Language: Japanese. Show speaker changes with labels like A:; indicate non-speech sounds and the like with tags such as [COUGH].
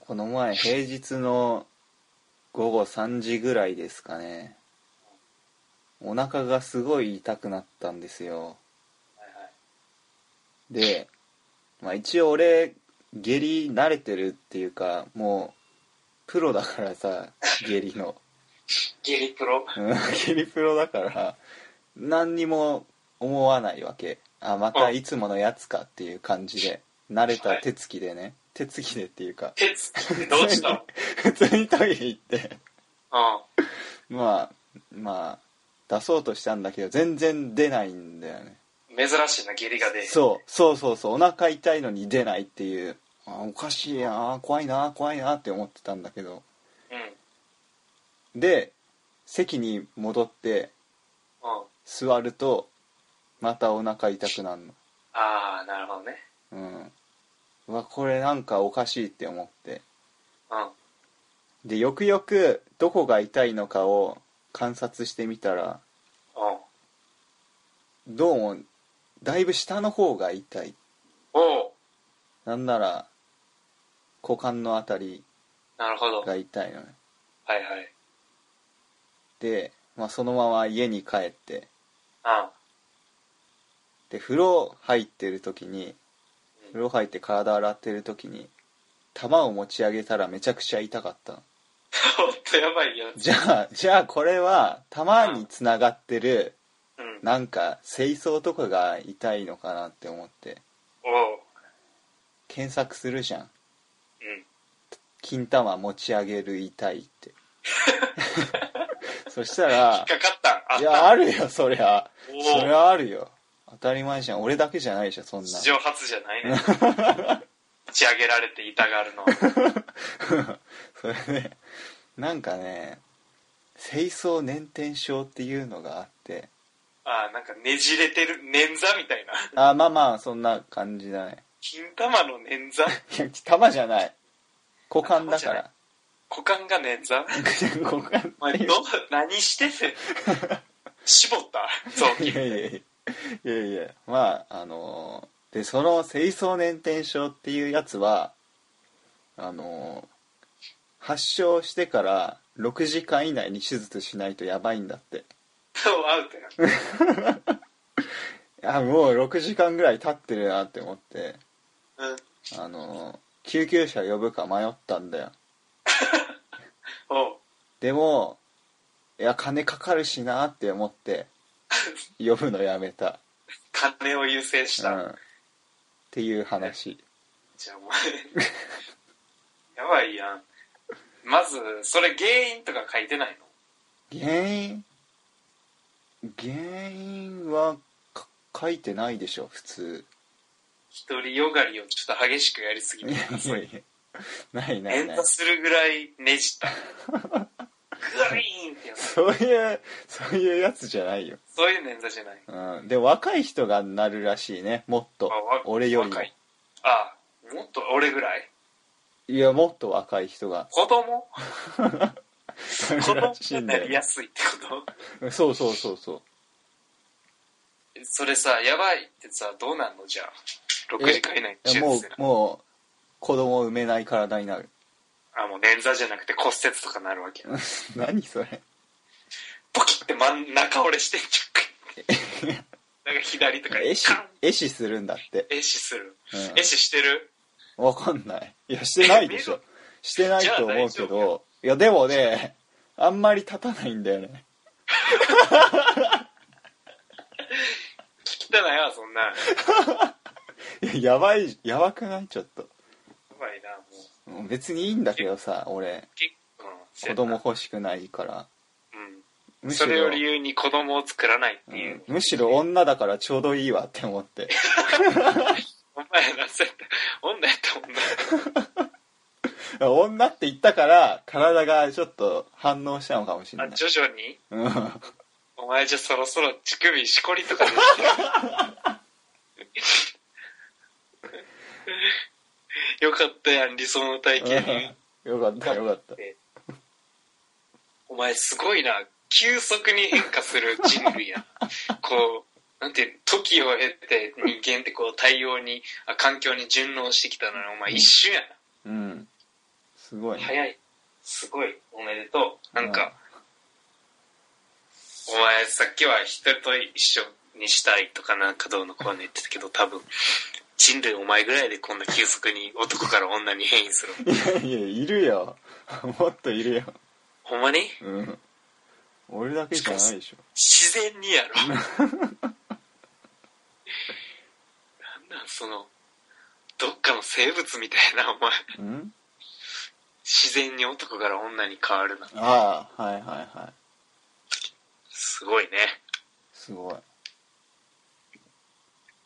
A: この前平日の午後3時ぐらいですかねお腹がすごい痛くなったんですよ
B: はいはい。
A: で、まあ、一応俺下痢慣れてるっていうかもうプロだからさ下痢の
B: ゲリプロ
A: うん下痢プロだから何にも思わないわけあまたいつものやつかっていう感じで慣れた手つきでね手つきでっていうか
B: 手つきってどうしたの
A: 普通にトイレ行って
B: う
A: まあまあ出そうとしたんだけど全然出ないんだよね
B: ん。珍しいな、ゲリがで。
A: そうそうそうそうお腹痛いのに出ないっていうあおかしいな怖いな怖いなって思ってたんだけど
B: う。うん。うん。
A: で席に戻って座るとまたお腹痛くなるの
B: ああ、なるほどね。
A: うんうわこれなんかおかしいって思って
B: うん。
A: でよくよくどこが痛いのかを観察してみたら
B: うん。
A: どうもだいぶ下の方が痛い
B: おお
A: なんなら股間のあたり
B: なるほど。はい
A: が痛いのね
B: はい。
A: で、まあ、そのまま家に帰って
B: うん。 [LAUGHS]
A: で風呂入ってる時に風呂入って体洗ってる時に玉を持ち上げたらめちゃくちゃ痛かったの
B: ほんとやばいやつ。
A: じゃあじゃあこれは玉につながってる
B: うん。
A: なんか清掃とかが痛いのかなって思って
B: おお
A: 検索するじゃん
B: うん。
A: 金玉持ち上げる痛いって [LAUGHS] そしたら
B: 引っかかったんあ
A: [LAUGHS]
B: っ
A: い
B: た
A: やあるよそりゃ
B: お
A: そり
B: お
A: ゃあるよ当たり前じゃん俺だけじゃないじゃんそんな
B: 史上初じゃないね。打ち上げられて痛がるの。
A: [LAUGHS] それでなんかね清掃粘点症っていうのがあって
B: ああ、なんかねじれてる、捻挫みたいな。
A: あまあまあそんな感じだね
B: 金玉の捻挫
A: いや玉じゃない股間だ [LAUGHS] から
B: 股間が捻
A: [LAUGHS]
B: 挫
A: 股間
B: お前、ど、何してんねん。絞った臓
A: い
B: 器。
A: やいやいやいやいやまああのーでその清掃粘点症っていうやつはあのー発症してから6時間以内に手術しないとやばいんだって
B: そう、アウトやん。
A: あもう6時間ぐらい経ってるなって思って
B: [LAUGHS] うん。
A: あのー救急車呼ぶか迷ったんだよ
B: おう。
A: でもいや金かかるしなって思って呼ぶのやめた、
B: 金を優先し
A: う
B: た。
A: ん、っていう話
B: じゃあお前やばいやんまずそれ原因とか書いてないの
A: 原因原因はか書いてないでしょ普通
B: 独りよがりをちょっと激しくやりすぎ
A: い
B: て
A: やいやいやないない
B: 連
A: ない
B: 打するぐらいねじったグリーンってやつ
A: そういうそういうやつじゃないよ、
B: そういう捻挫じゃない
A: うん、で若い人がなるらしいねもっと
B: あわ
A: 俺よりも
B: 若いああもっと俺ぐらい
A: いやもっと若い人が
B: 子供
A: な
B: 子
A: る
B: 供
A: らしい
B: に
A: ん
B: な
A: だ
B: り
A: よ
B: やす
A: [LAUGHS]
B: いってこ
A: そうそうそうそう
B: とそれさやばいってさどうなんのじゃあ6時間
A: い
B: 以内に
A: や
B: 手
A: も
B: 術
A: う
B: せな
A: もう子供を産めない体になる
B: あもう捻挫じゃなくて骨折とかなるわけや
A: 何それ
B: ポキって真ん中折れしてんじ
A: [LAUGHS]
B: ゃんなんか左とか
A: 壊死
B: カン
A: 壊死するんだって、
B: 壊死する
A: うん
B: 壊死してる
A: わかんない。いや、してないでしょ。してないと思うけど、いや、でもね、あんまり立たないんだよね。
B: 汚いわそんなんや
A: いや、やばい、やばくないちょっと。
B: ばいなもう
A: もう別にいいんだけどさ、俺、
B: 結構
A: 子供欲しくないから。
B: うん
A: むし
B: それ
A: ろ
B: を、理由に子供を作らないっ
A: う
B: ていう、
A: んむしろ女だからちょうどいいわって思って。 [LAUGHS]
B: お前らそうやって女やった女
A: [LAUGHS] 女って言ったから、体がちょっと反応したのかもしれ
B: あ
A: ない。
B: 徐々に
A: うん
B: お前じゃそろそろ乳首しこりとかで
A: [LAUGHS]
B: きてよかったやん理想の体験、
A: よかったよかった。
B: お前すごいな急速に変化する人類やこうなんていうの時を経て人間ってこう対応にあ環境に順応してきたのにお前一瞬やな、
A: うん。すごいね
B: 早い。すごい。おめでとう。なんか、お前さっきは人と一緒にしたいとかなんかどうのこうの言ってたけど、多分、人類お前ぐらいでこんな急速に男から女に変異する。
A: いやいやいるよ [LAUGHS] もっといるよ
B: ほんまに
A: うん俺だけじゃないでしょ
B: 自然にやろ。 [LAUGHS] なんなんその、どっかの生物みたいな、お前。
A: うん
B: 自然に男から女に変わるな。
A: ああはいはいはい
B: すごいね。
A: すごい